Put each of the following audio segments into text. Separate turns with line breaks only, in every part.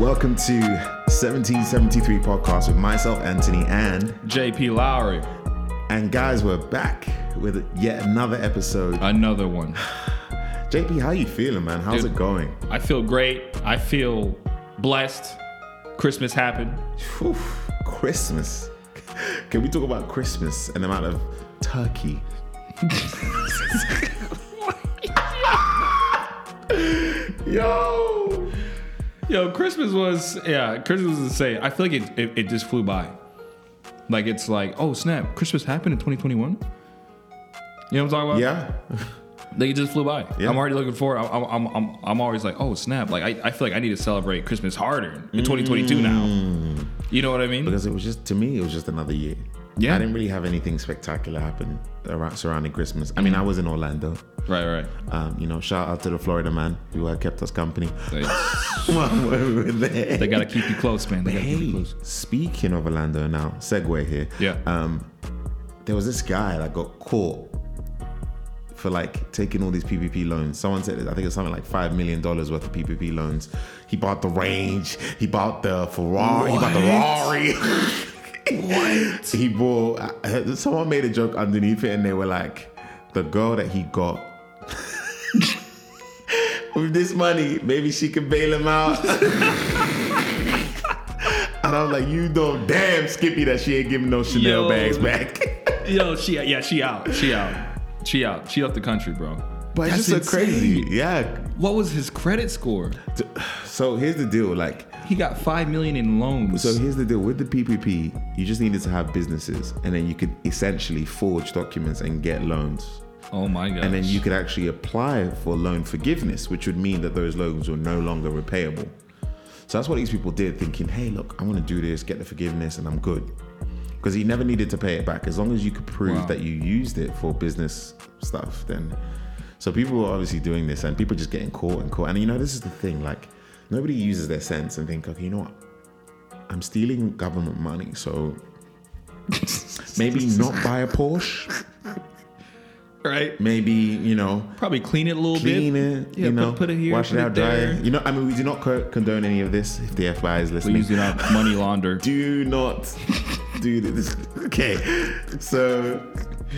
Welcome to 1773 podcast with myself, Anthony, and
JP Lowry,
and guys, we're back with yet another episode.
another one.
JP, how you feeling, man? How's
Dude.
it going?
I feel great. I feel blessed. Christmas happened.
Whew, Christmas. Can we talk about Christmas and the amount of turkey? Yo!
Yo, Christmas was yeah, Christmas was insane. I feel like it it, it just flew by. Like it's like, oh snap, Christmas happened in 2021. You know what I'm talking about?
Yeah?
Like it just flew by.
Yeah.
I'm already looking forward. I'm, I'm, I'm, I'm always like, oh snap! Like I, I feel like I need to celebrate Christmas harder in 2022 now. You know what I mean?
Mm. Because it was just, to me, it was just another year.
Yeah.
I didn't really have anything spectacular happen around, surrounding Christmas. I
Mm.
mean, I was in Orlando.
Right, right.
Um, you know, shout out to the Florida man who uh, kept us company
They,
while we were there.
they gotta keep you close, man. They gotta keep you
Hey,
close.
speaking of Orlando now, segue here.
Yeah.
Um, there was this guy that got caught for like taking all these PPP loans. Someone said, I think it was something like $5 million worth of PPP loans. He bought the range, he bought the Ferrari, he bought the Rari. what? He bought, uh, someone made a joke underneath it and they were like, the girl that he got. With this money, maybe she could bail him out. And I was like, you know damn Skippy that she ain't giving no Chanel
Yo.
bags back.
Yo, she yeah, she out. She out. She out. She left the country, bro.
but it's
That's
just so
insane.
crazy. Yeah.
What was his credit score?
T- So here's the deal. Like,
He got five million in loans.
so here's the deal with the PPP, you just needed to have businesses and then you could essentially forge documents and get loans.
oh my god.
And then you could actually apply for loan forgiveness, which would mean that those loans were no longer repayable. So that's what these people did, thinking, hey, look, I'm gonna do this, get the forgiveness, and I'm good. Because he never needed to pay it back. As long as you could prove
Wow.
that you used it for business stuff, then. So people were obviously doing this, and people just getting caught and caught. And you know, this is the thing like, nobody uses their sense and think, okay, you know what? I'm stealing government money, so maybe not buy a Porsche.
right.
Maybe, you know,
Probably clean it a little
clean
bit.
it,
Yeah,
you
put-
know,
put it here,
wash
put
it
it
out,
there.
dry. it. You know, I mean, we do not co- condone any of this. If the FBI is
We
listening,
used it on money launder.
do not do this. Okay, so,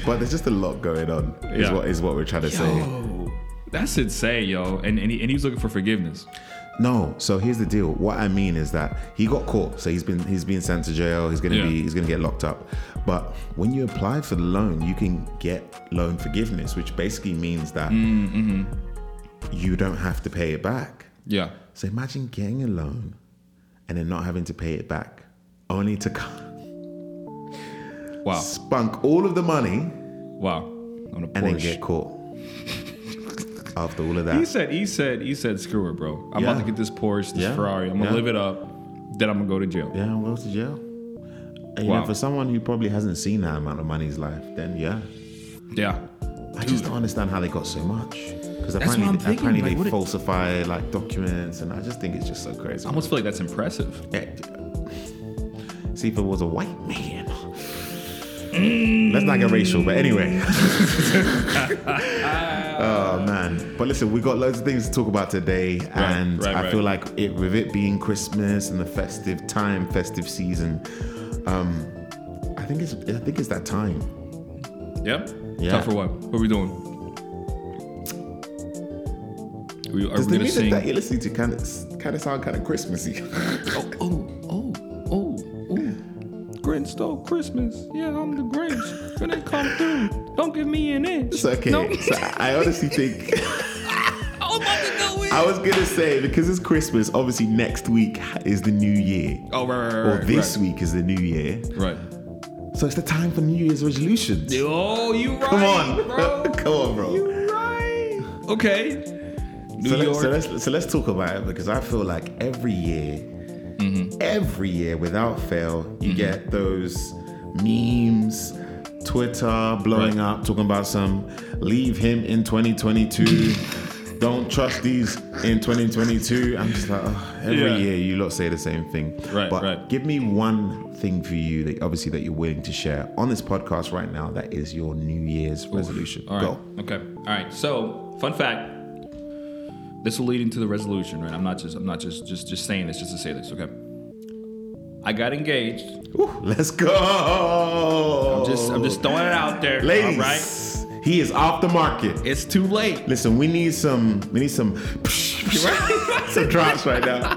but there's just a lot going on. Is
Yeah.
what is what we're trying to say.
Yo, that's insane, yo. And and he, and he was looking for forgiveness.
No, so here's the deal. What I mean is that he got caught, so he's been he's been sent to jail. He's gonna
Yeah.
be he's gonna get locked up. But when you apply for the loan, you can get loan forgiveness, which basically means that
Mm, mm-hmm.
you don't have to pay it back.
Yeah.
So imagine getting a loan and then not having to pay it back, only to c-
Wow.
spunk all of the money
Wow. On a
and then
Porsche.
get caught. After all of
He
that,
said, he said, he said, screw it, bro. I'm
Yeah.
about to get this Porsche, this
Yeah.
Ferrari. I'm gonna
Yeah.
live it up. Then I'm gonna go to jail.
yeah, I'm going to jail. And you know,
Wow.
for someone who probably hasn't seen that amount of money in his life, then yeah,
Yeah.
I just don't understand how they got so much. Because
what
apparently,
I'm thinking,
apparently
like, what
they
it-
falsify like documents, and I just think it's just so crazy.
I almost feel like that's impressive.
Yeah. See if it was a white man.
Mm.
Let's not get racial, but anyway. oh man! But listen, we got loads of things to talk about today, and
right,
I
right.
feel like it, with it being Christmas and the festive time, festive season, um, I think it's I think it's that time.
Yep.
Yeah.
Time for what? What are we doing? Are we, are
Because the
we gonna
music
sing?
that you're listening to kind of kind of sound kind of Christmassy.
Oh, oh, oh, oh. Grinch stole Christmas. Yeah, I'm the Grinch. When they come through, don't give me an inch.
it's okay.
No.
So I honestly think.
I'm about to go in.
I was gonna say because it's Christmas. Obviously, next week is the New Year,
oh, right, right, right.
or
right,
this week is the New Year.
Right.
So it's the time for New Year's resolutions.
Oh, you right.
Come on,
bro.
come on, bro.
You right. Okay. New
So,
York.
let, so let's so let's talk about it because I feel like every year,
Mm-hmm.
every year without fail, you get those memes, Twitter blowing
Right.
up talking about some leave him in 2022. Don't trust these in 2022. I'm just like, oh, every
Yeah.
year you lot say the same thing.
Right,
but
right.
give me one thing for you that obviously that you're willing to share on this podcast right now that is your New Year's resolution.
All right.
Go.
Okay. All right. So, fun fact This will lead into the resolution, right? I'm not just I'm not just just just saying this just to say this, okay? I got engaged.
Woo, let's go.
I'm just I'm just throwing it out there.
Ladies,
All right.
he is off the market.
It's too late.
Listen, we need some. We need some. some drops right now.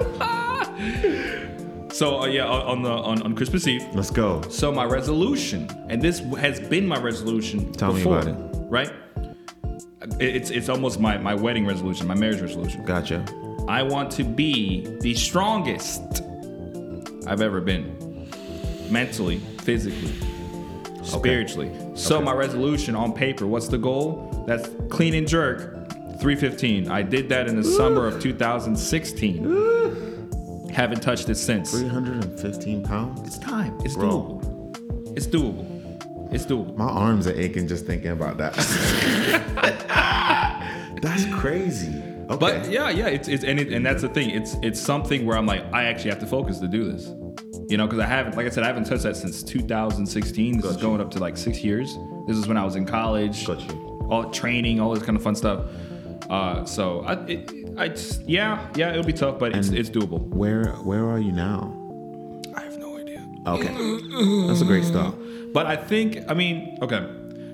So uh, yeah, on on the on, on Christmas Eve.
Let's go.
So my resolution, and this has been my resolution
Tell me
before,
about it.
right? It- It's it's almost my my wedding resolution, my marriage resolution.
Gotcha.
I want to be the strongest I've ever been. Mentally, physically, spiritually. So my resolution on paper, what's the goal? That's clean and jerk 315. I did that in the summer of 2016. Haven't touched it since.
315 pounds.
It's time. It's
Bro.
doable. It's doable. It's doable.
My arms are aching just thinking about that. That's crazy. Okay.
But yeah, yeah, it's, it's and it, and that's the thing. It's it's something where I'm like, I actually have to focus to do this. You know, because I haven't, like I said, I haven't touched that since 2016. This is
Got you.
going up to like six years. This is when I was in college.
Got you.
All training, all this kind of fun stuff. Uh, so I, it, I just, yeah, yeah, it'll be tough, but it's
And-
it's doable.
where where are you now?
I have no idea.
Okay. That's a great start.
But I think, I mean, okay,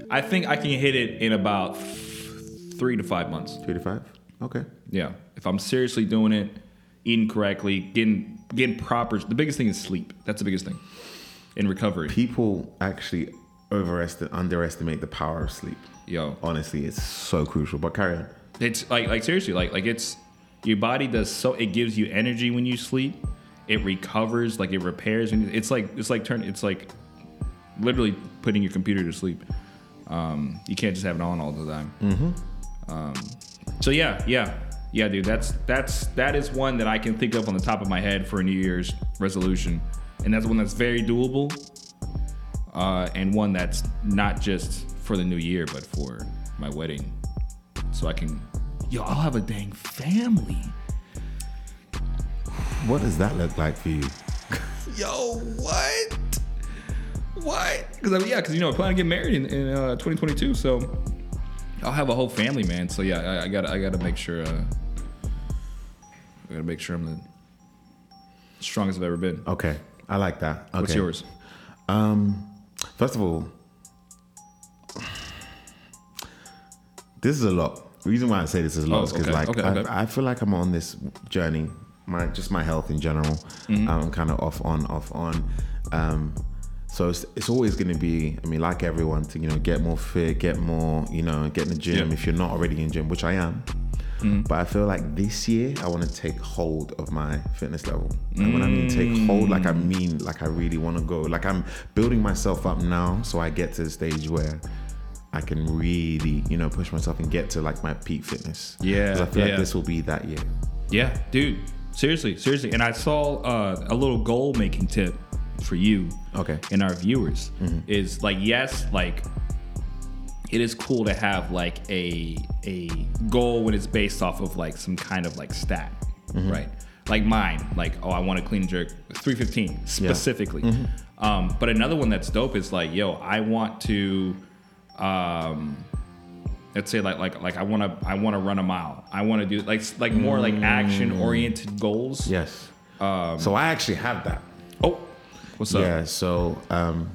I think I can hit it in about three to five months.
Three to five. Okay.
Yeah. If I'm seriously doing it, eating correctly, getting getting proper the biggest thing is sleep. That's the biggest thing. In recovery.
People actually overestimate underestimate the power of sleep.
Yo.
Honestly, it's so crucial. But carry on.
It's like like seriously, like like it's your body does so it gives you energy when you sleep. It recovers, like it repairs and it's like it's like turn it's like literally putting your computer to sleep. Um, you can't just have it on all the time. Mm-hmm. Um, so yeah, yeah, yeah, dude. That's that's that is one that I can think of on the top of my head for a New Year's resolution, and that's one that's very doable, uh, and one that's not just for the new year, but for my wedding, so I can. Yo, I'll have a dang family.
What does that look like for you?
Yo, what? What? Because yeah, because you know I plan to get married in, in uh, 2022, so I'll have a whole family, man. So yeah, I, I gotta I gotta make sure uh, I gotta make sure I'm the strongest I've ever been.
Okay. I like that. Oh, Okay.
What's yours?
Um, first of all, this is a lot. The reason why I say this is a lot
Oh,
is because,
okay,
like,
okay,
I,
okay.
I feel like I'm on this journey. My just my health in general.
Mm-hmm.
I'm kind of off on, off on. Um, so it's, it's always going to be. I mean, like everyone, to you know, get more fit, get more, you know, get in the gym
Yeah.
if you're not already in gym, which I am. But I feel like this year I want to take hold of my fitness level. And when I mean
Mm.
take hold, like I mean like I really want to go. Like I'm building myself up now so I get to the stage where I can really, you know, push myself and get to like my peak fitness.
Yeah,
'Cause I feel
yeah.
like this will be that year.
Yeah, dude. Seriously, seriously. And I saw uh, a little goal making tip for you.
Okay.
And our viewers
Mm-hmm.
is like, yes, like it is cool to have like a a goal when it's based off of like some kind of like stat,
Mm-hmm.
right? Like mine, like oh, I want to clean and jerk 315 specifically.
Mm-hmm.
Um, but another one that's dope is like, yo, I want to. Um, let's say like like like I want to I want to run a mile. I want to do like like more like action
Mm.
oriented goals.
Yes.
Um,
so I actually have that.
Oh, what's up?
yeah. So um,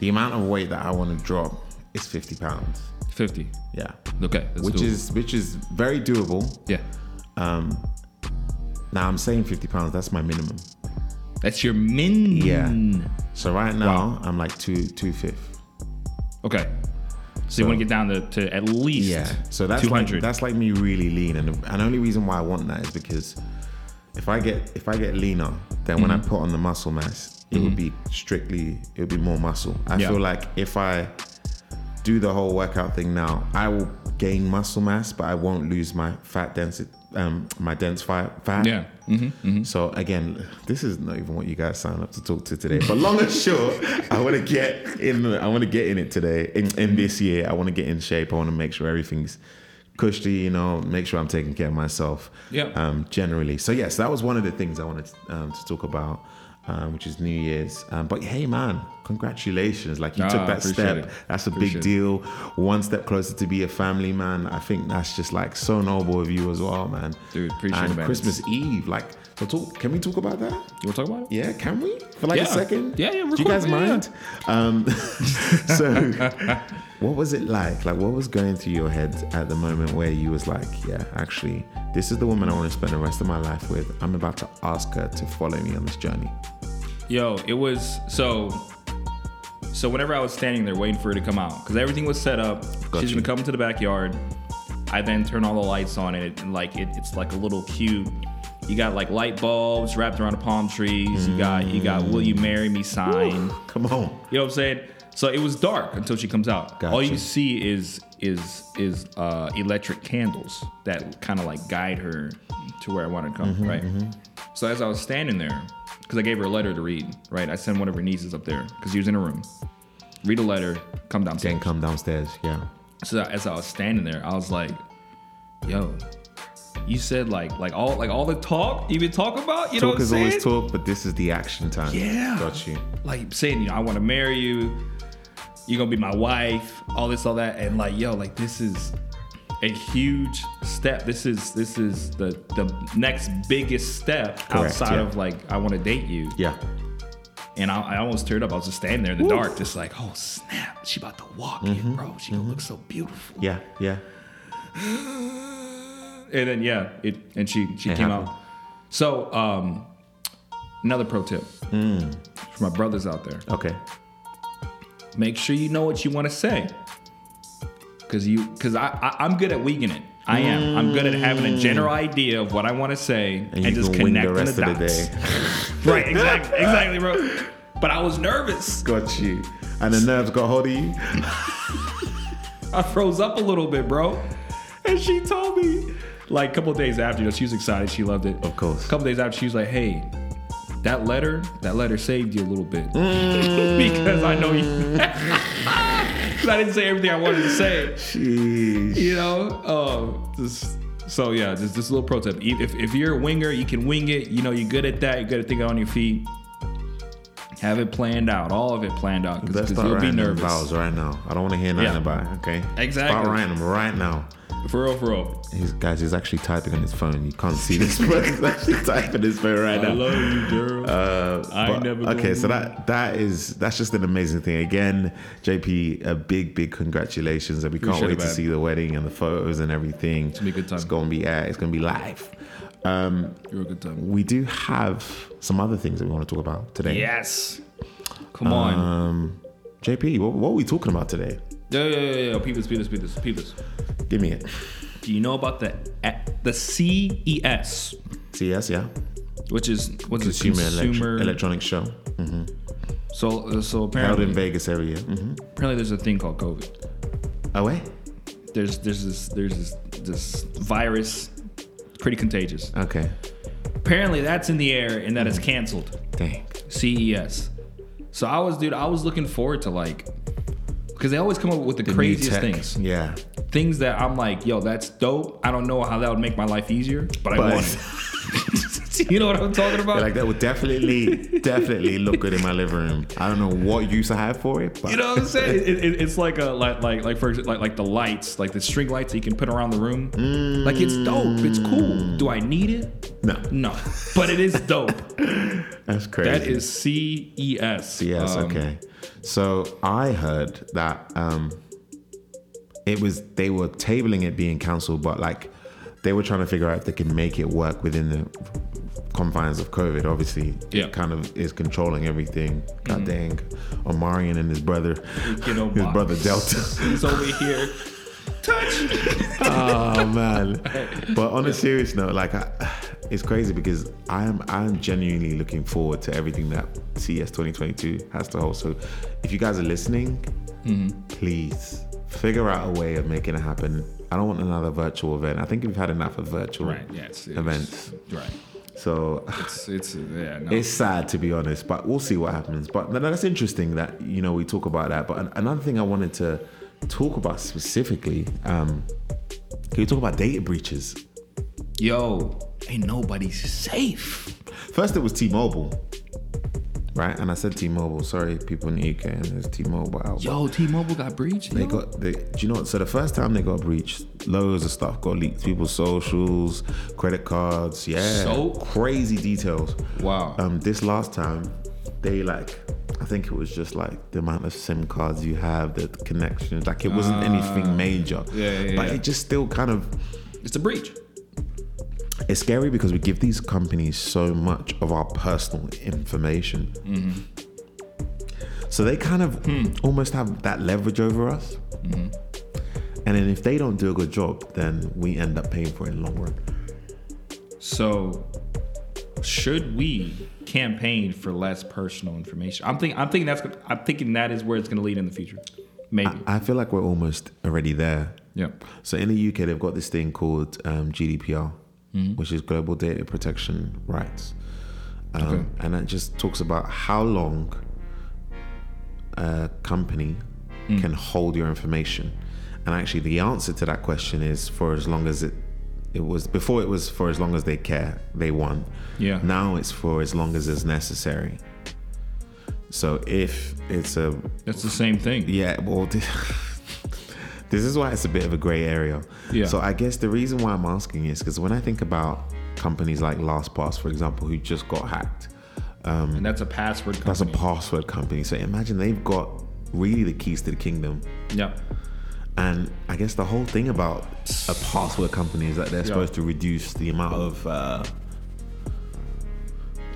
the amount of weight that I want to drop is 50 pounds.
Fifty.
Yeah.
Okay, that's
Which
doable.
is which is very doable.
yeah.
Now I'm saying 50 pounds. That's my minimum.
That's your min.
Yeah.
Hmm.
So right now I'm like two two fifth.
Okay. So, you want to get down to, to at least
So that's
two
Like,
hundred.
that's like me really lean, and the, and the only reason why I want that is because if I get if I get leaner, then when
Mm-hmm.
I put on the muscle mass, it would be strictly it would be more muscle. I
Yeah.
feel like if I do the whole workout thing now, I will gain muscle mass, but I won't lose my fat density. Um, my dense fi- fat.
yeah. hmm
So again, this is not even what you guys signed up to talk to today. But long and short, I want to get in. I want to get in it today. In, in this year, I want to get in shape. I want to make sure everything's cushy. You know, make sure I'm taking care of myself.
Yeah.
Um, generally, so yes, that was one of the things I wanted um, to talk about. um, which is New Year's. Um, but hey, man, congratulations! Like you
Ah,
took that
appreciate
step.
it.
That's a big
Appreciate it.
deal. One step closer to be a family man. I think that's just like so noble of you as well, man.
Dude, appreciate
and
it, man.
Christmas Eve, like, so talk, can we talk about that?
You want to talk about it?
Yeah, can we for like
Yeah.
a second?
Yeah, yeah,
Do
real
you
quick,
guys
yeah, yeah.
mind? Um, so, what was it like? Like, what was going through your head at the moment where you was like, yeah, actually, this is the woman I want to spend the rest of my life with. I'm about to ask her to follow me on this journey.
Yo, it was so. So whenever I was standing there waiting for her to come out, because everything was set up,
Got
she's
you.
gonna come into the backyard. I then turn all the lights on, and, it, and like it, it's like a little cute. You got like light bulbs wrapped around the palm trees. You got you got "Will you marry me?" sign.
Come on.
You know what I'm saying? So it was dark until she comes out. All
Gotcha.
you see is is is uh, electric candles that kind of like guide her to where I want her to come,
Mm-hmm,
right? So as I was standing there, because I gave her a letter to read, right? I sent one of her nieces up there because she was in a room. Read a letter, come downstairs.
Then come downstairs. Yeah.
So as I was standing there, I was like, "Yo, you said like like all like all the talk you been talking about, you know
Talk
what I'm
is
saying?
always talk, but this is the action time.
Yeah.
Got you.
like saying, you know, I want to marry you. You're gonna be my wife. All this, all that, and like, yo, like this is a huge step. This is this is the the next biggest step outside
yeah.
of like I want to date you.
Yeah.
And I, I almost teared up. I was just standing there in the dark, just like, oh snap, she about to walk
Mm-hmm,
in, bro. She gonna look so beautiful.
Yeah. Yeah.
And then yeah, it and she she
It
came
happened.
out. So um, another pro tip
Hmm.
for my brothers out there.
Okay.
make sure you know what you want to say because you because I, I i'm good at weaving it i am i'm good at having a general idea of what i want to say
Mm.
and,
you
just
can wing
connecting the,
of
dots right exactly exactly bro but i was nervous
Got you. And the nerves got hold of you.
i froze up a little bit bro and she told me like a couple of days after you know, she was excited she loved it
Of course.
a couple days after she was like hey that letter that letter saved you a little bit
Mm.
because i know you 'Cause i didn't say everything i wanted to say
Jeez.
you know um just so yeah just this little pro tip E, if, if you're a winger you can wing it you know you're good at that you're good at thinking on your feet have it planned out all of it planned out
Let's
because
start
you'll be
writing them
nervous
vows right now. I don't want to hear nothing
Yeah.
about it. Okay. Start
Exactly.
writing them right now.
for real for real
He's, guys, he's actually typing on his phone. You can't see this, but he's actually typing his phone right now.
you girl
Uh,
I ain't never
okay,
gonna
so that that is that's just an amazing thing. Again, JP, a big big congratulations, and we can't
Appreciate
wait
it,
to
man.
see the wedding and the photos and everything. It's
gonna be a good time.
It's gonna be uh, it's gonna be live. Um,
you're a good time
we do have some other things that we want to talk about today.
yes come on
Um, JP, what, what are we talking about today?
yo yo yo yo peepers peepers peepers peepers
Give me it.
do you know about the the ces
CS, yeah.
which is what's
Consumer,
it
elect-
consumer
electronic show
so so
held in
apparently
Vegas every year. Mm-hmm.
apparently there's a thing called covid
Oh wait,
there's there's this there's this this virus pretty contagious
okay.
apparently that's in the air and that it's canceled
Dang.
ces so i was dude i was looking forward to like because they always come up with the,
New
craziest
tech.
things
Yeah.
things that i'm like yo that's dope i don't know how that would make my life easier but, i
But-
want it you know what i'm talking about
Like that would definitely, definitely look good in my living room. I don't know what use I have for it, but
you know what I'm saying? It, it, it's like a like like like for exa- like like the lights, like the string lights that you can put around the room. Like it's dope, it's cool. Do I need it?
no,
No, but it is dope.
that's crazy.
That is CES.
yes,
Um,
okay. So I heard that um, it was they were tabling it being cancelled, but like they were trying to figure out if they could make it work within the confines of COVID. Obviously,
Yeah. Mm-hmm.
it kind of is controlling everything. God dang, Omarion and his brother,
You know,
his
Bob.
brother Delta.
He's over here. Touch.
oh man! But on a serious note, like I, it's crazy because I am I am genuinely looking forward to everything that E CES 2022 has to hold. So, if you guys are listening, please figure out a way of making it happen. I don't want another virtual event. I think we've had enough of virtual
Right. Yes. it's-
events.
Right.
So
It's it's yeah. No.
it's sad to be honest, but we'll see what happens. But th- that's interesting that you know we talk about that. But an- another thing I wanted to talk about specifically, um, can we talk about data breaches?
Yo, ain't nobody safe.
First, it was T-Mobile. right? And I said T-Mobile. Sorry, people in the UK, and there's T-Mobile. out.
Yo, T-Mobile got breached.
They
yo.
got they, do you know what? So the first time they got breached, loads of stuff got leaked. People's socials, credit cards, yeah,
So-
crazy details.
wow.
Um, this last time, they like, I think it was just like the amount of SIM cards you have, the connections. Like it wasn't anything major,
Ah. yeah, yeah,
but
yeah.
it just still kind of
it's a breach.
it's scary because we give these companies so much of our personal information. So they kind of almost have that leverage over us. And then if they don't do a good job, then we end up paying for it in the long run.
So, should we campaign for less personal information? I'm thinking. I'm thinking that's. I'm thinking that is where it's going to lead in the future. Maybe.
I, I feel like we're almost already there.
yeah.
So in the UK, they've got this thing called um, GDPR,
Hmm.
which is Global Data Protection Rights, um,
Okay.
and that just talks about how long a company
Hmm.
can hold your information. And actually, the answer to that question is for as long as it it was before it was for as long as they care they want.
Yeah.
Now it's for as long as it's necessary. So if it's a
That's the same thing.
yeah, well, this, this is why it's a bit of a gray area.
Yeah.
So I guess the reason why I'm asking is because when I think about companies like LastPass, for example, who just got hacked,
And that's a password. Company.
that's a password company. So imagine they've got really the keys to the kingdom.
Yep.
And I guess the whole thing about a password company is that they're supposed to reduce the amount of uh,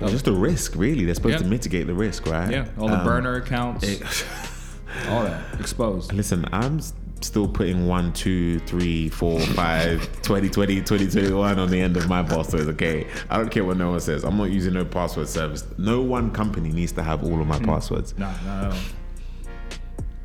Of-
just the risk, really. They're supposed
Yeah.
to mitigate the risk, right?
Yeah. All the
Um,
burner accounts. all that exposed.
Listen, I'm s- still putting 1, 2, 3, 4, 5, 2020, 2021 on the end of my passwords, okay? I don't care what no one says. I'm not using no password service. No one company needs to have all of
Hmm.
my passwords.
No, no, no.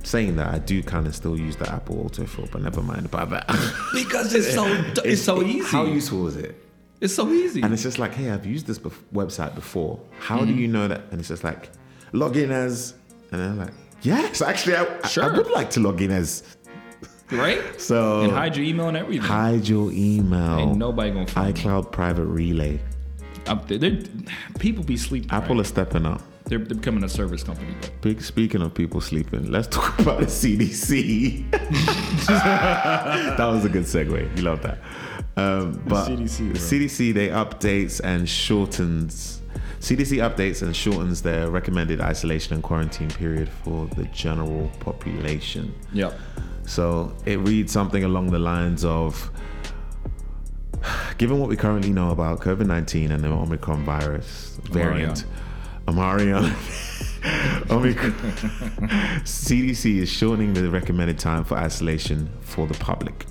Saying that, I do kind of still use the Apple autofill, but never mind about that.
Because it's so it's, so
it-
easy.
How useful is it?
it's so easy.
And it's just like, hey, I've used this bef- website before. How
Hmm.
do you know that? And it's just like, log in as, and I'm like, yes, actually, I, I- I
Sure.
would like to log in as.
right?
So
and hide your email and everything.
Hide your email.
Ain't nobody gonna find me.
iCloud private relay.
Up there, they're- people be sleeping.
Apple
right?
is stepping up.
they're, they're becoming a service company. But
Big, speaking of people sleeping, let's talk about the CDC. that was a good segue. You love that. Um, but
CDC, bro.
CDC they updates and shortens. CDC updates and shortens their recommended isolation and quarantine period for the general population.
yep.
So it reads something along the lines of Given what we currently know about COVID 19 and the Omicron virus variant, Omarion, Omicron, CDC is shortening the recommended time for isolation for the public.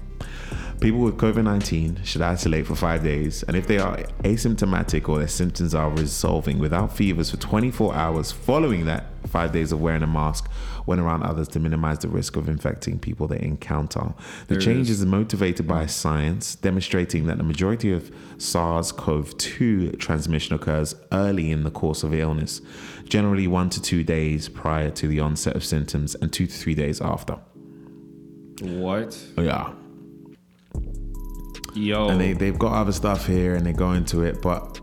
People with COVID 19 should isolate for five days, and if they are asymptomatic or their symptoms are resolving without fevers for 24 hours following that, five days of wearing a mask when around others to minimize the risk of infecting people they encounter. The
There it
change
is.
is motivated by science, demonstrating that the majority of SARS CoV 2 transmission occurs early in the course of illness, generally one to two days prior to the onset of symptoms and two to three days after. Oh,
What?
Yeah.
Yo.
and they, they've got other stuff here and they go into it but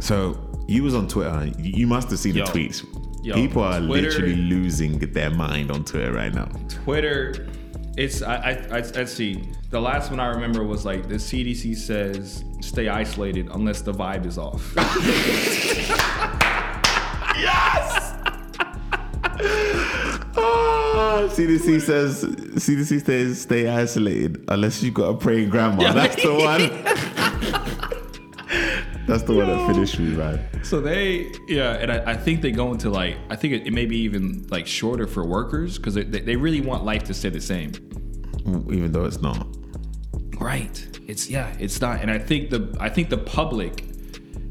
so you was on twitter and you you must have seen
Yo.
the tweets
Yo,
people are
Twitter-
literally losing their mind on twitter right now
Twitter, it's I, I, I let's see. The last one I remember was like the CDC says stay isolated unless the vibe is off.
Ah, CDC says CDC says stay isolated unless you got a praying grandma. That's the one. That's the one that finished me, man.
so they yeah, and I, I think they go into like I think it, it may be even like shorter for workers because they, they they really want life to stay the same.
Mm, Even though it's not.
Right. It's yeah, it's not. And I think the I think the public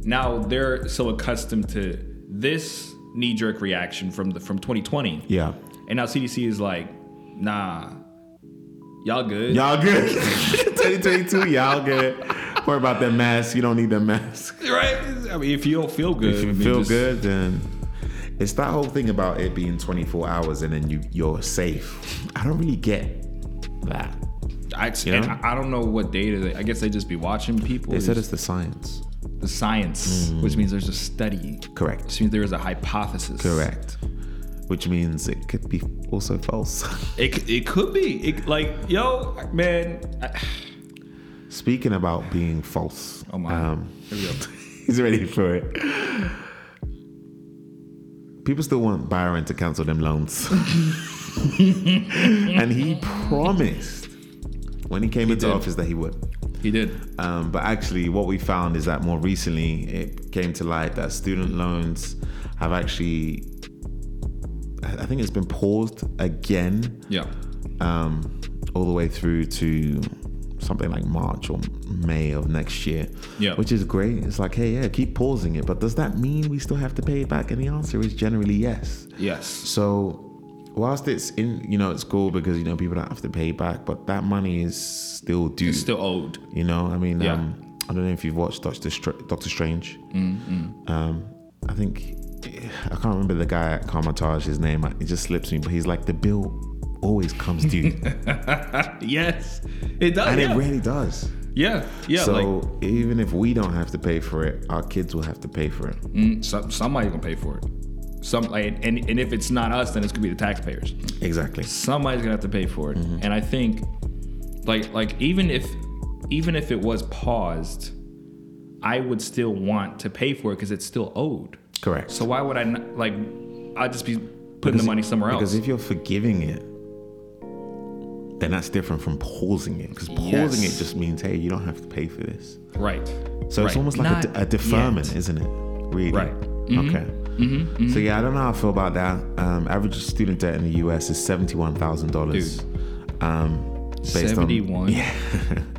now they're so accustomed to this knee jerk reaction from the from 2020.
Yeah.
And now CDC is like, nah, y'all good.
Y'all good. 2022, y'all good. Worry about that mask. You don't need that mask.
Right? I mean, if you don't feel good,
If
I
you
mean,
feel
just-
good, then it's that whole thing about it being 24 hours and then you you're safe. I don't really get that.
I,
know?
and I I don't know what data. They, I guess they just be watching people.
They said
It's-
it's Mm. the science.
the science, which means there's a study.
Correct.
Which means there is a hypothesis.
Correct. Which means it could be also false.
It, c- it could be it, like yo man. I,
Speaking about being false,
oh my.
um,
Here we go.
he's ready for it. People still want Byron to cancel them loans, and he promised when he came into
did.
office that he would.
He did.
Um, but actually, what we found is that more recently it came to light that student loans have actually, I I think it's been paused again
Yeah.
um, all the way through to something like March or May of next year.
Yeah.
Which is great. It's like, hey, yeah, keep pausing it. But does that mean we still have to pay it back? And the answer is generally yes.
Yes.
So whilst it's in, you know, it's cool because, you know, people don't have to pay back, but that money is still due.
It's still owed.
You know, I mean,
Yeah.
um, I don't know if you've watched Doctor Str- Doctor Strange.
Mm,
Um, I think I can't remember the guy at Carmitage. His name it just slips me, but he's like the bill always comes due,
Yes. It does.
and
yeah.
it really does.
yeah. Yeah.
so
like
even if we don't have to pay for it, our kids will have to pay for it.
mm, some, somebody's gonna pay for it. Some like, and and if it's not us, then it's gonna be the taxpayers.
Exactly.
somebody's gonna have to pay for it
Mm-hmm.
and i think like like even if even if it was paused i would still want to pay for it because it's still owed
Correct.
so why would i not, like i'd just be putting the money somewhere
because
else
if you're forgiving it, then that's different from pausing it. Because pausing
Yes.
it just means, hey, you don't have to pay for this.
right
So it's
Right.
almost like a,
Not
de- a deferment,
yet.
isn't it? Really?
Right. Mm-hmm.
Okay. So yeah, I don't know how I feel about that. Um, average student debt in the U.S. is seventy-one thousand dollars. Um, based On,
71
yeah.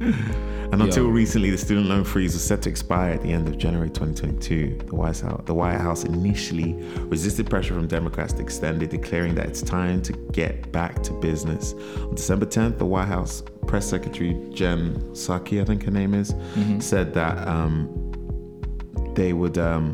and until
Yo.
recently, the student loan freeze was set to expire at the end of January 2022. The White House, the White House initially resisted pressure from Democrats to extend it, declaring that it's time to get back to business. On December 10th, the White House press secretary Jen Psaki, I think her name is,
Mm-hmm.
said that um, they would um,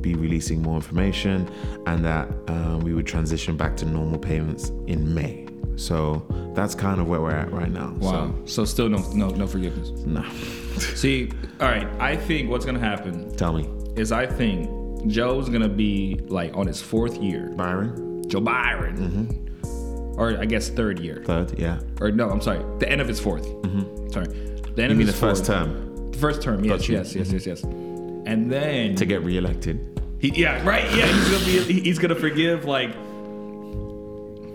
be releasing more information and that uh, we would transition back to normal payments in May. So that's kind of where we're at right now.
wow so, still no no no forgiveness
So, nah.
see all right i think what's gonna happen
Tell me,
is i think joe's gonna be like on his fourth year
Byron,
joe byron
Mm-hmm.
or i guess third year
third, yeah.
or no, I'm sorry, the end of his 4th Sorry, the end
I Mm-hmm. mean,
of his
the first
fourth-
term
The first term, yes,
you.
yes, yes, yes, yes. And then
to get reelected.
he, yeah, right, yeah, he's gonna be, he- he's gonna forgive like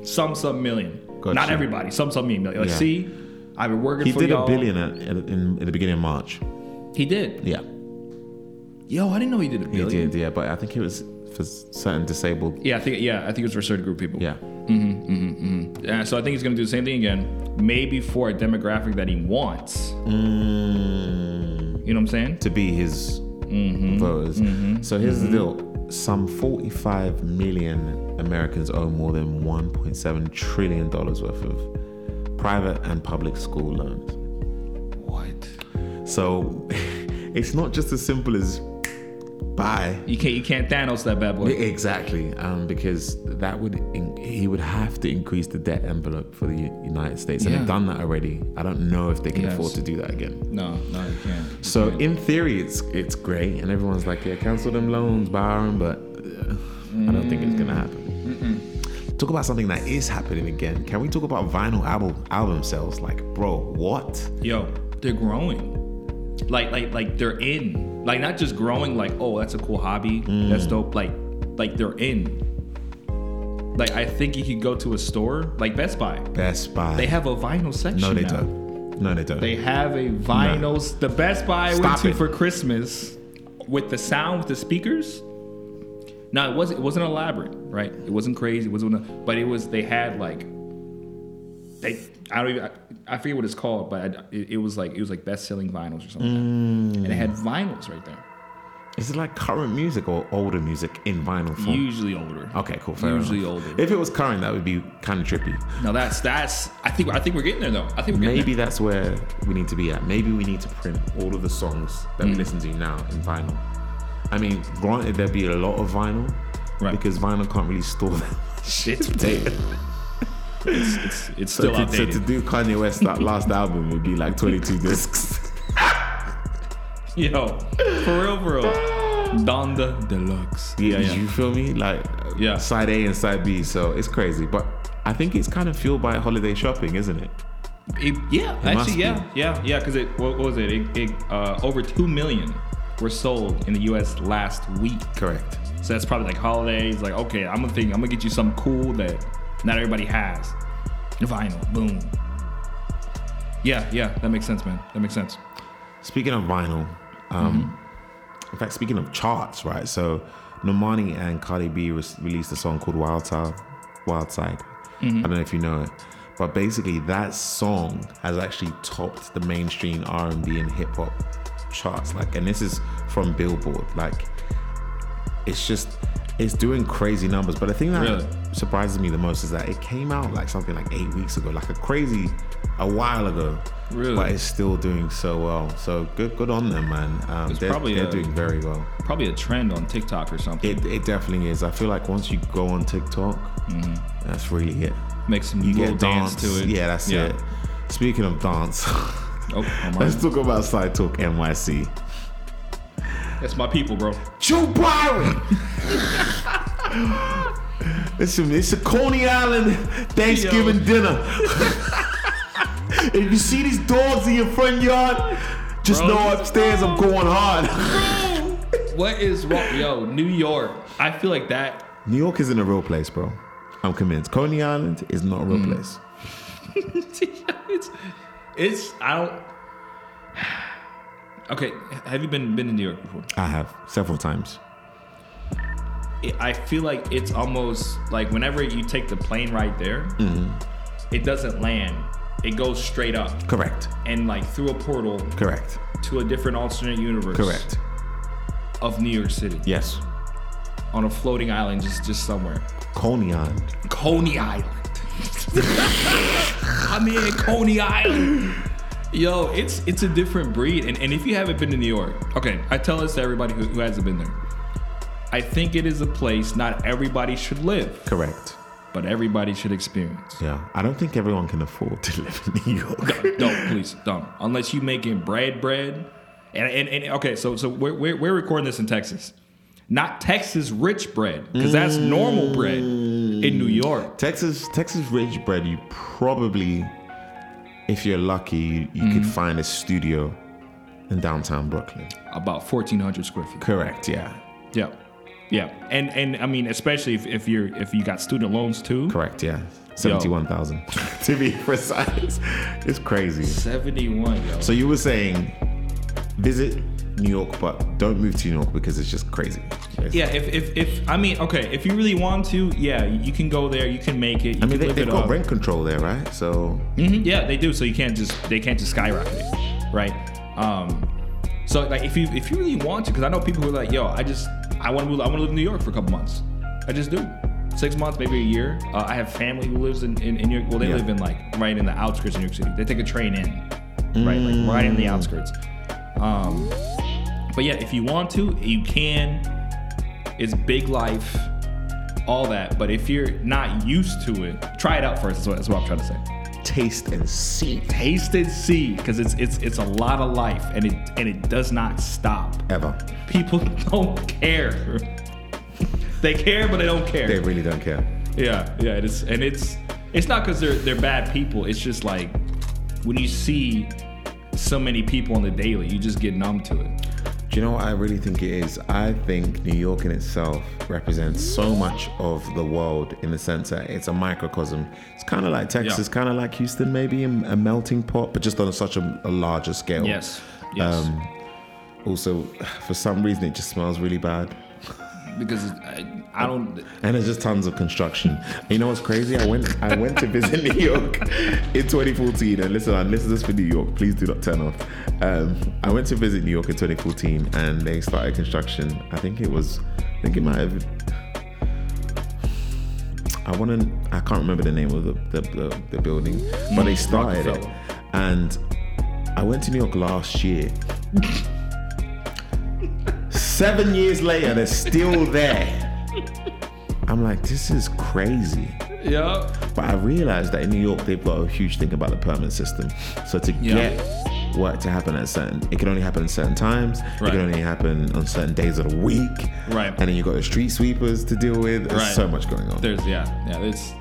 some some million,
Got
not
you.
everybody, some some million. Like,
Yeah.
see, I've been working
He
for
did
y'all.
a billion at, at, in, at the beginning of March.
He did.
Yeah,
Yo, I didn't know he did a
he
billion.
did. Yeah, but I think it was for certain disabled.
Yeah, I think yeah, I think it was for a certain group of people.
Yeah,
Uh, so I think he's gonna do the same thing again, maybe for a demographic that he wants. You know what I'm saying?
Mm, to be his voters. So here's the deal: some 45 million Americans owe more than 1.7 trillion dollars worth of private and public school loans.
What?
So it's not just as simple as buy.
You can't you can't Thanos that bad boy.
E-, Exactly, um, because that would in- he would have to increase the debt envelope for the U- United States, and
Yeah.
they've done that already. I don't know if they can
Yes.
afford to do that again.
No, no, you can't.
So in theory, it's it's great, and everyone's like, yeah, cancel them loans, Byron, but uh, I don't think it's gonna happen. Talk about something that is happening again. Can we talk about vinyl album album sales? Like, bro, what?
Yo, they're growing. Like, like, like they're in. Like, not just growing. Like, oh, that's a cool hobby.
Mm.
That's dope. Like, like they're in. Like, I think you could go to a store like Best Buy.
Best Buy.
They have a vinyl section.
no, they
now.
don't. No, they don't.
They have a vinyls. The Best Buy I went
Stop
to
it.
for Christmas with the sound, with the speakers. Now it wasn't it wasn't elaborate, right? It wasn't crazy. It wasn't, but it was. They had like they. I don't even. I, I forget what it's called, but I, it, it was like it was like best selling vinyls or something. like that. And it
Mm.
had vinyls right there.
Is it like current music or older music in vinyl form?
Usually older.
okay, cool. Fair
usually
enough.
older.
If it was current, that would be kind of trippy.
Now that's that's. I think I think we're getting there though. I think we're getting
Maybe that's where we need to be at. Maybe we need to print all of the songs that we
Mm.
listen to now in vinyl. I mean, granted, there'd be a lot of vinyl
Right.
because vinyl can't really store that
there. Shit,
data.
it's it's, it's
So
still
to, so
outdated.
to do Kanye West that last album would be like 22 discs.
Yo, for real, for real. Donda Deluxe.
Yeah, You feel me? Like,
Yeah.
Side A and side B. So it's crazy, but I think it's kind of fueled by holiday shopping, isn't it?
It- yeah,
must
actually,
be.
yeah, yeah, yeah. Because it, what what was it? It, it uh, over two million were sold in the U.S. last week.
Correct.
So that's probably like holidays. Like, okay, I'm gonna think I'm gonna get you something cool that not everybody has. Vinyl, boom. Yeah, yeah, that makes sense, man. That makes sense.
Speaking of vinyl, um, in fact, speaking of charts, right? So, Normani and Cardi B re- released a song called Wild Side. Wild Side. I don't know if you know it, but basically, that song has actually topped the mainstream R and B and hip hop charts. Like, and this is from Billboard. Like, it's just it's doing crazy numbers. But the thing that
Really?
surprises me the most is that it came out like something like eight weeks ago, like a crazy, a while ago.
Really?
But it's still doing so well. So good, good on them, man. Um, they're
probably
they're
a-
doing very well.
Probably a trend on TikTok or something.
It, it definitely is. I feel like once you go on TikTok, that's really it.
Make some
You
Mm-hmm. little
get dance
dance to it.
Yeah, that's it. Speaking of dance,
Oh, oh my.
let's talk about Side Talk NYC.
That's my people, bro.
Joe Byron. Listen, it's a Coney Island Thanksgiving
Yo.
dinner. if you see these dogs in your front yard, just
Bro.
know upstairs I'm going hard.
What is wrong? Yo, New York. I feel like that.
New York isn't a real place, bro. I'm convinced. Coney Island is not a real place.
it's, it's, I don't. Okay, have you been been to New York before?
I have several times.
it- I feel like it's almost like whenever you take the plane right there, it doesn't land. It goes straight up
Correct.
and like through a portal
Correct.
to a different alternate universe
Correct.
of New York City
Yes.
on a floating island just just somewhere.
Coney Island.
Coney Island. I'm in Coney Island. Yo, it's it's a different breed. And, and if you haven't been to New York, okay, I tell this to everybody who, who hasn't been there. I think it is a place not everybody should live,
Correct.
but everybody should experience.
Yeah. I don't think everyone can afford to live in New York.
don't please don't unless you making bread bread and, and, and okay so so we're, we're, we're recording this in texas not texas rich bread because that's normal bread in new york
Texas Texas Ridge bread, you probably, if you're lucky, you, you could find a studio in downtown Brooklyn.
about 1400 square feet
Correct. Yeah.
yeah yeah and and i mean especially if, if you're if you got student loans too
Correct. Yeah. Seventy-one thousand to be precise. It's crazy.
71 yo
So you were saying, visit New York, but don't move to New York because it's just crazy. It's-
yeah if, if if i mean okay if you really want to yeah you can go there you can make it you
I mean,
can
they,
live
they've
it
got
up.
rent control there, right? So
Mhm, Yeah, they do. So you can't just they can't just skyrocket, right? Um, so like if you if you really want to, because I know people who are like, yo, I just I want to move. I want to live in New York for a couple months. I just do. Six months, maybe a year. Uh, I have family who lives in, in, in New York. Well, they
Yeah.
live in like right in the outskirts of New York City. They take a train in, right, like right in the outskirts. Um, but yeah, if you want to, you can. It's big life, all that. But if you're not used to it, try it out first. That's what, that's what I'm trying to say
taste and see
taste and see because it's it's it's a lot of life and it and it does not stop
ever.
people don't care they care but they don't care
They really don't care.
yeah yeah it is and it's it's not because they're they're bad people it's just like when you see so many people on the daily you just get numb to it
Do you know what I really think it is? I think New York in itself represents so much of the world in the sense that it's a microcosm. It's kind of like Texas,
Yeah.
kind of like Houston, maybe a, a melting pot, but just on such a, a larger scale.
yes yes
Um, Also, for some reason, it just smells really bad.
because I, I don't
And there's just tons of construction. You know what's crazy? I went I went to visit New York in 2014. And listen, unless this is for New York, please do not turn off. Um, I went to visit New York in 2014 and they started construction. I think it was, I think it might have. I want to, I can't remember the name of the, the, the, the building, but they started it.
Rockefeller.
And I went to New York last year. Seven years later, they're still there. I'm like, this is crazy.
yeah
But I realized that in New York, they've got a huge thing about the permit system. So to
Yeah.
get work to happen at certain. It can only happen at certain times. It
Right.
can only happen on certain days of the week.
Right.
And then you have got the street sweepers to deal with. There's
Right.
so much going on.
There's yeah, yeah. It's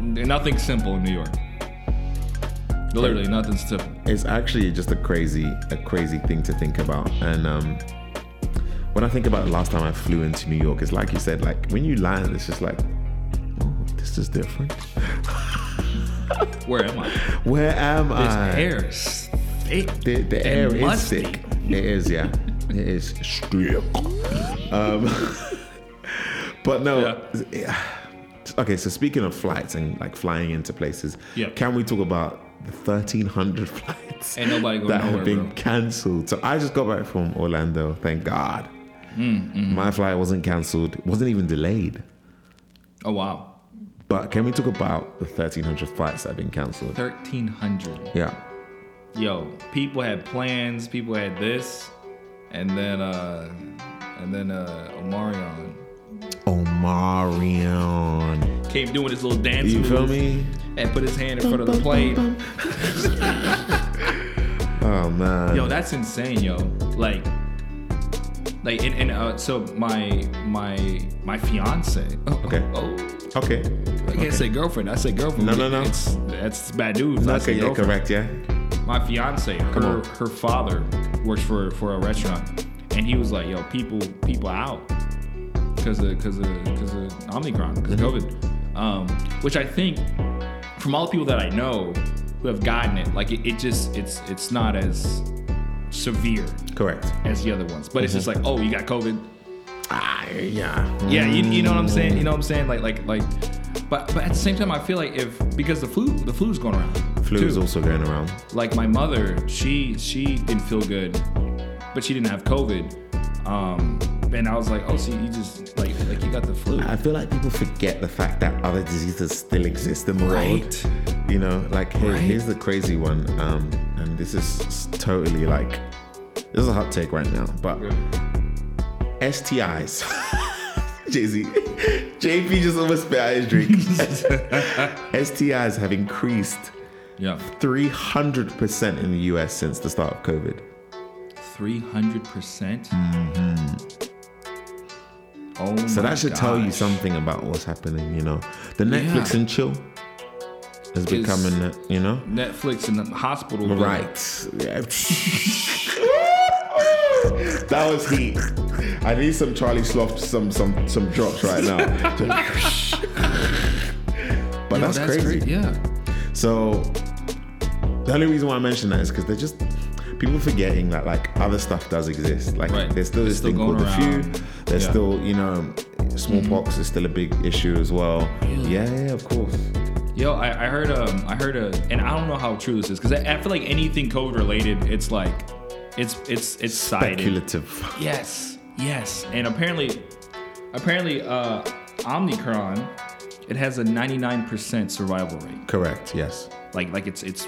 nothing's simple in New York. Literally, nothing's simple.
it's actually just a crazy a crazy thing to think about and um when i think about the last time i flew into new york it's like you said like when you land it's just like oh this is different
Where am I? This
where am i
air is thick.
the, the
and
air is
musty.
sick it is yeah it is thick. um but no yeah. okay so speaking of flights and like flying into places
Yeah.
can we talk about the 1300 flights
Ain't nobody going
that
nowhere,
have been
bro.
cancelled. So I just got back from Orlando, thank God.
Mm,
My flight wasn't cancelled, wasn't even delayed.
Oh wow,
But can we talk about the 1,300 flights that have been cancelled?
thirteen hundred.
Yeah.
Yo, people had plans. People had this, and then uh, and then uh, Omarion
Omarion.
came doing his little dance
You
move
feel me?
and put his hand in front of the plane.
Oh, man.
Yo, that's insane, yo. Like, like, and, and uh, so my my my fiance. Oh,
Okay.
Oh,
okay.
I can't say girlfriend. I say girlfriend.
No, no, no.
It's, that's bad news. I
Okay,
say
yeah,
girlfriend.
correct, yeah.
My fiance, her
on.
her father works for for a restaurant, and he was like, yo, people people out because of because of because of Omicron, because COVID, um, which I think from all the people that I know who have gotten it, like it, it just it's it's not as severe
Correct.
as the other ones. But it's just like, oh, you got COVID.
Ah, yeah.
Yeah, you, you know what I'm saying. You know what I'm saying. Like like like. But but at the same time, I feel like if because the flu the flu's going around.
Flu
too.
is also going around.
Like my mother, she she didn't feel good, but she didn't have COVID. Um, and I was like, oh, so you just like like you got the flu.
I feel like people forget the fact that other diseases still exist in the
Right.
world. You know, like here-
Right.
here's the crazy one, um, and this is s- totally like this is a hot take right now, but STIs. Jay Z, JP just almost spit out his drink. STIs have increased
Yeah,
300% in the US since the start of COVID.
three hundred percent. Oh,
Mm-hmm. So
my
that should tell you
gosh.
something about what's happening, you know. The Netflix
Yeah.
and chill is becoming, uh, you know.
Netflix and the hospital. bill.
Right. Yeah. that was heat. I need some Charlie Sloth, some some some drops right now. but
Yo,
that's, crazy.
great. Yeah.
So the only reason why I mention that is because they're just people forgetting that like other stuff does exist. Like
Right.
there's still
It's
this
still
thing
going
called the
around.
flu. There's
Yeah.
still you know smallpox is still a big issue as well. Yeah, yeah, of course.
Yo, I, I heard um I heard a and I don't know how true this is because I, I feel like anything COVID related, it's like it's it's it's sided.
Speculative.
Yes, yes. And apparently apparently uh Omnicron it has a 99% survival rate.
Correct. Yes.
Like like it's it's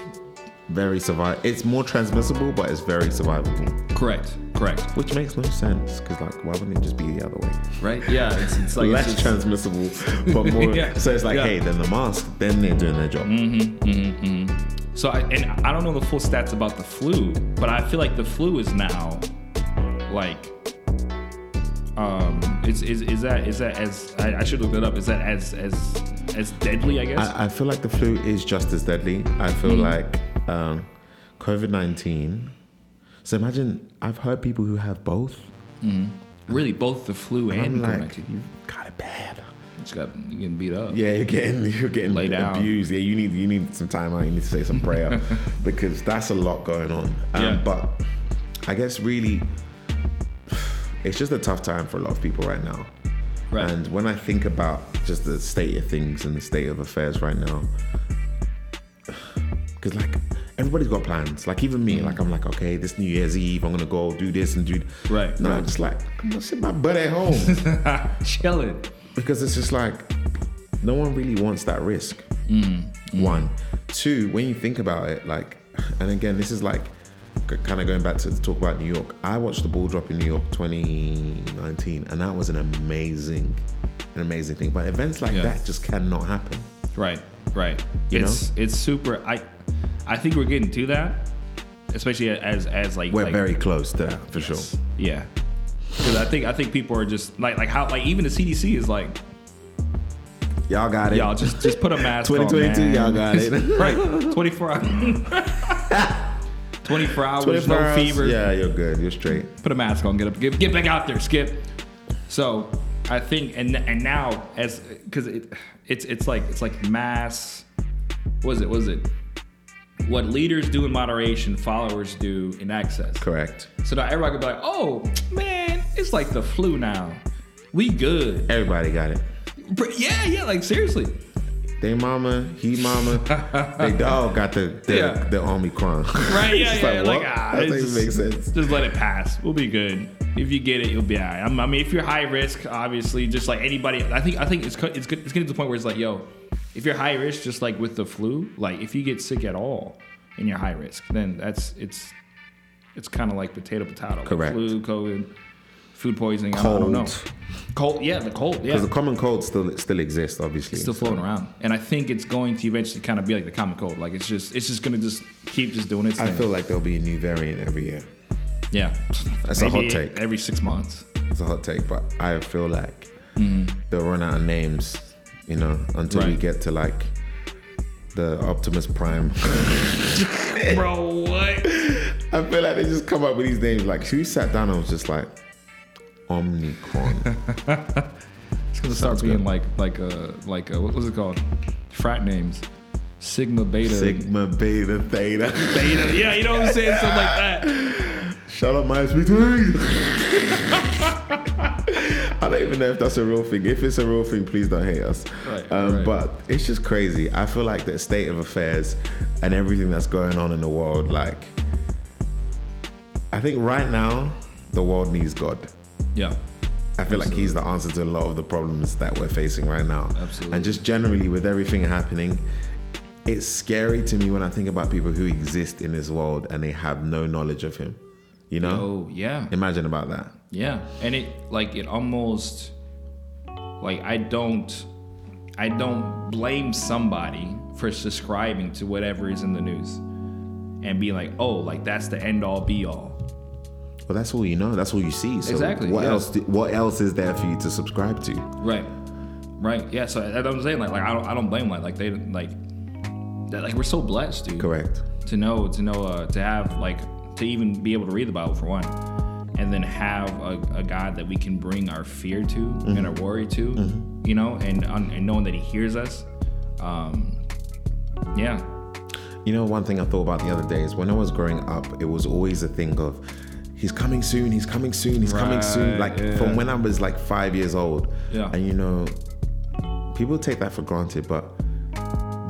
very survive. It's more transmissible, but it's very survivable,
correct, correct.
which makes no sense because like, why wouldn't it just be the other way?
Right? Yeah, it's, it's like
Less
it's, just-
transmissible, but more.
Yeah.
So it's like,
Yeah.
hey, then the mask, then they're doing their job.
So I, and I don't know the full stats about the flu, but I feel like the flu is now like um is is, is that is that as I, I should look that up. Is that as as as deadly, I guess?
I, I feel like the flu is just as deadly. I feel
Mm.
like um, COVID nineteen. So imagine, I've heard people who have both.
really both the flu
I'm
and
like,
COVID-19.
you got it bad.
Just got you getting beat up.
Yeah, you're getting you're getting
Lay down.
abused. Yeah, you need you need some time out. You need to say some prayer because that's a lot going on. Um,
Yeah.
But I guess really, it's just a tough time for a lot of people right now.
Right.
And when I think about just the state of things and the state of affairs right now, because like everybody's got plans. Like even me, like I'm like, okay, this New Year's Eve, I'm gonna go do this and do.
Right,
No, I'm
right.
just like I'm gonna sit my butt at home
Chilling.
because it's just like no one really wants that risk.
Mm.
One, two. When you think about it, like, and again, this is like kind of going back to talk about New York. I watched the ball drop in New York 2019, and that was an amazing, an amazing thing. But events like
Yeah.
that just cannot happen.
Right, right.
You
it's it's super I I think we're getting to that. especially as as like
We're
like-
very close to that for sure.
yeah. Because I think I think people are just like like how like even the CDC is like
Y'all got it.
y'all just just put a mask on.
2022,
man.
y'all got it.
right. Twenty four hours. Twenty four hours,
24
no
hours,
fever.
Yeah, you're good. You're straight.
put a mask on, get up, get, get back out there, Skip. So I think, and and now as because it, it's it's like it's like mass. Was it was it? What leaders do in moderation, followers do in excess.
Correct.
So now everybody could be like, oh man, it's like the flu now. We good.
Everybody got it.
Br- Yeah, yeah, like seriously.
They mama, he mama, they dog got the the,
Yeah.
the Omicron.
Right, yeah,
It's
yeah. Like,
what?
ah,
that
it's
doesn't
just-
make sense.
Just let it pass. We'll be good. If you get it, you'll be all right. I'm- I mean, if you're high risk, obviously, just like anybody, I think I think it's co- it's good, it's getting to the point where it's like, yo, if you're high risk, just like with the flu, like if you get sick at all and you're high risk, then that's it's it's kind of like potato potato.
Correct.
Flu, COVID, food poisoning. I don't- I don't know.
Cold.
Cold. Yeah, the cold. Yeah.
Because the common cold still still exists, obviously.
It's still floating around, and I think it's going to eventually kind of be like the common cold. Like it's just, it's just gonna just keep just doing its
I
thing.
feel like there'll be a new variant every year.
yeah,
That's a
Maybe
hot take.
Every six months.
It's a hot take, but I feel like they'll run out of names, you know, until we
Mm. Right.
get to like the Optimus Prime.
Bro, what?
I feel like they just come up with these names. Like, who sat down and was just like, Omnicron?
It's gonna start being like like uh like uh what was it called? Frat names. Sigma Beta.
Sigma, Beta, Theta.
Beta. Yeah, you know what I'm saying? Something like that.
Shut up, my sweet thing. I don't even know if that's a real thing. If it's a real thing, please don't hate us.
Right,
um,
right.
But it's just crazy. I feel like the state of affairs and everything that's going on in the world, like, I think right now, the world needs God.
Yeah.
I feel like he's the answer to a lot of the problems that we're facing right now.
Absolutely.
And just generally with everything happening, it's scary to me when I think about people who exist in this world and they have no knowledge of him. You know?
Oh yeah.
Imagine about that.
Yeah. And it like it almost like I don't I don't blame somebody for subscribing to whatever is in the news and being like, oh, like that's the end all be all.
Well, that's all you know. That's all you see. So
Exactly,
What
yeah.
else? Do, what else is there for you to subscribe to?
Right. Right. Yeah. So that's what I'm saying. Like, like I don't I don't blame like like they like that, like we're so blessed, dude.
Correct.
to know to know uh, to have like to even be able to read the Bible for one, and then have a, a God that we can bring our fear to and
Mm-hmm.
our worry to, you know, and un, and knowing that He hears us, um, yeah,
You know, one thing I thought about the other day is when I was growing up, it was always a thing of, he's coming soon, he's coming soon, he's coming soon.
Right,
Like
yeah.
from when I was like five years old.
Yeah.
And you know, people take that for granted, but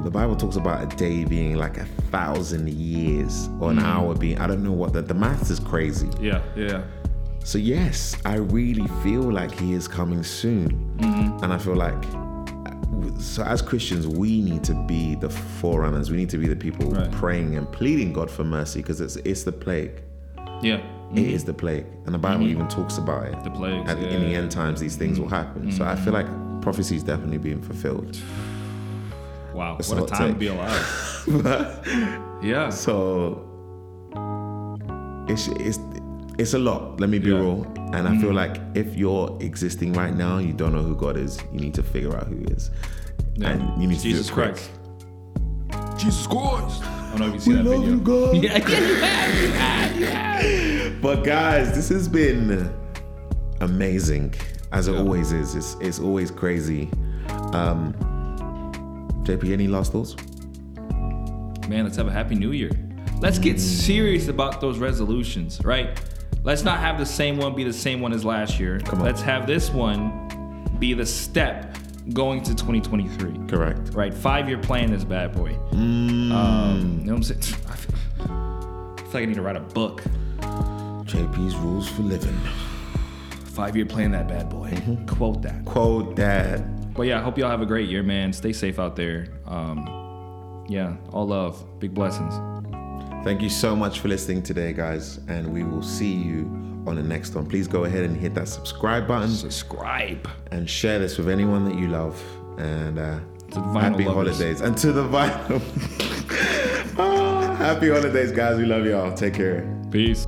the Bible talks about a day being like a thousand years or
Mm.
an hour being. I don't know what the the math is crazy.
yeah, yeah,
So yes, I really feel like he is coming soon,
Mm-hmm.
and I feel like so as Christians we need to be the forerunners. We need to be the people
Right.
praying and pleading God for mercy because it's it's the plague.
yeah.
It is the plague, and the Bible even talks about it.
Mm-hmm. The plagues,
At the- in the
yeah. Mm-hmm.
end times, these things will happen. So I feel like prophecy is definitely being fulfilled.
Wow,
a
what a
hot
time
take.
to be alive. yeah,
So it's it's it's a lot. Let me be
Yeah. Mm.
real. And I feel like if you're existing right now, and you don't know who God is. You need to figure out who He is,
Yeah.
and you need to
Jesus
do it quick.
Christ. Jesus Christ! I don't know if you see that
Love
video.
you, God.
Yeah, yeah, yeah, yeah.
But guys, this has been amazing, as it
Yeah.
always is. It's it's always crazy. Um, JP, any last thoughts?
man, let's have a happy new year. Let's get serious about those resolutions, right? Let's not have the same one be the same one as last year.
Come on.
Let's have this one be the step going to 2023.
Correct.
Right, five year plan this bad boy. Um, you know what I'm saying? I feel, I feel like I need to write a book.
JP's rules for living.
Five year plan that bad boy. Quote that.
Quote that.
But yeah, I hope y'all have a great year, man. Stay safe out there. Um, yeah, all love, big blessings.
Thank you so much for listening today, guys, and we will see you on the next one. Please go ahead and hit that subscribe button
Subscribe.
and share this with anyone that you love. And uh,
To the vinyl
happy
lovers.
holidays and to the vinyl. Ah, Happy holidays, guys. We love y'all. Take care.
Peace.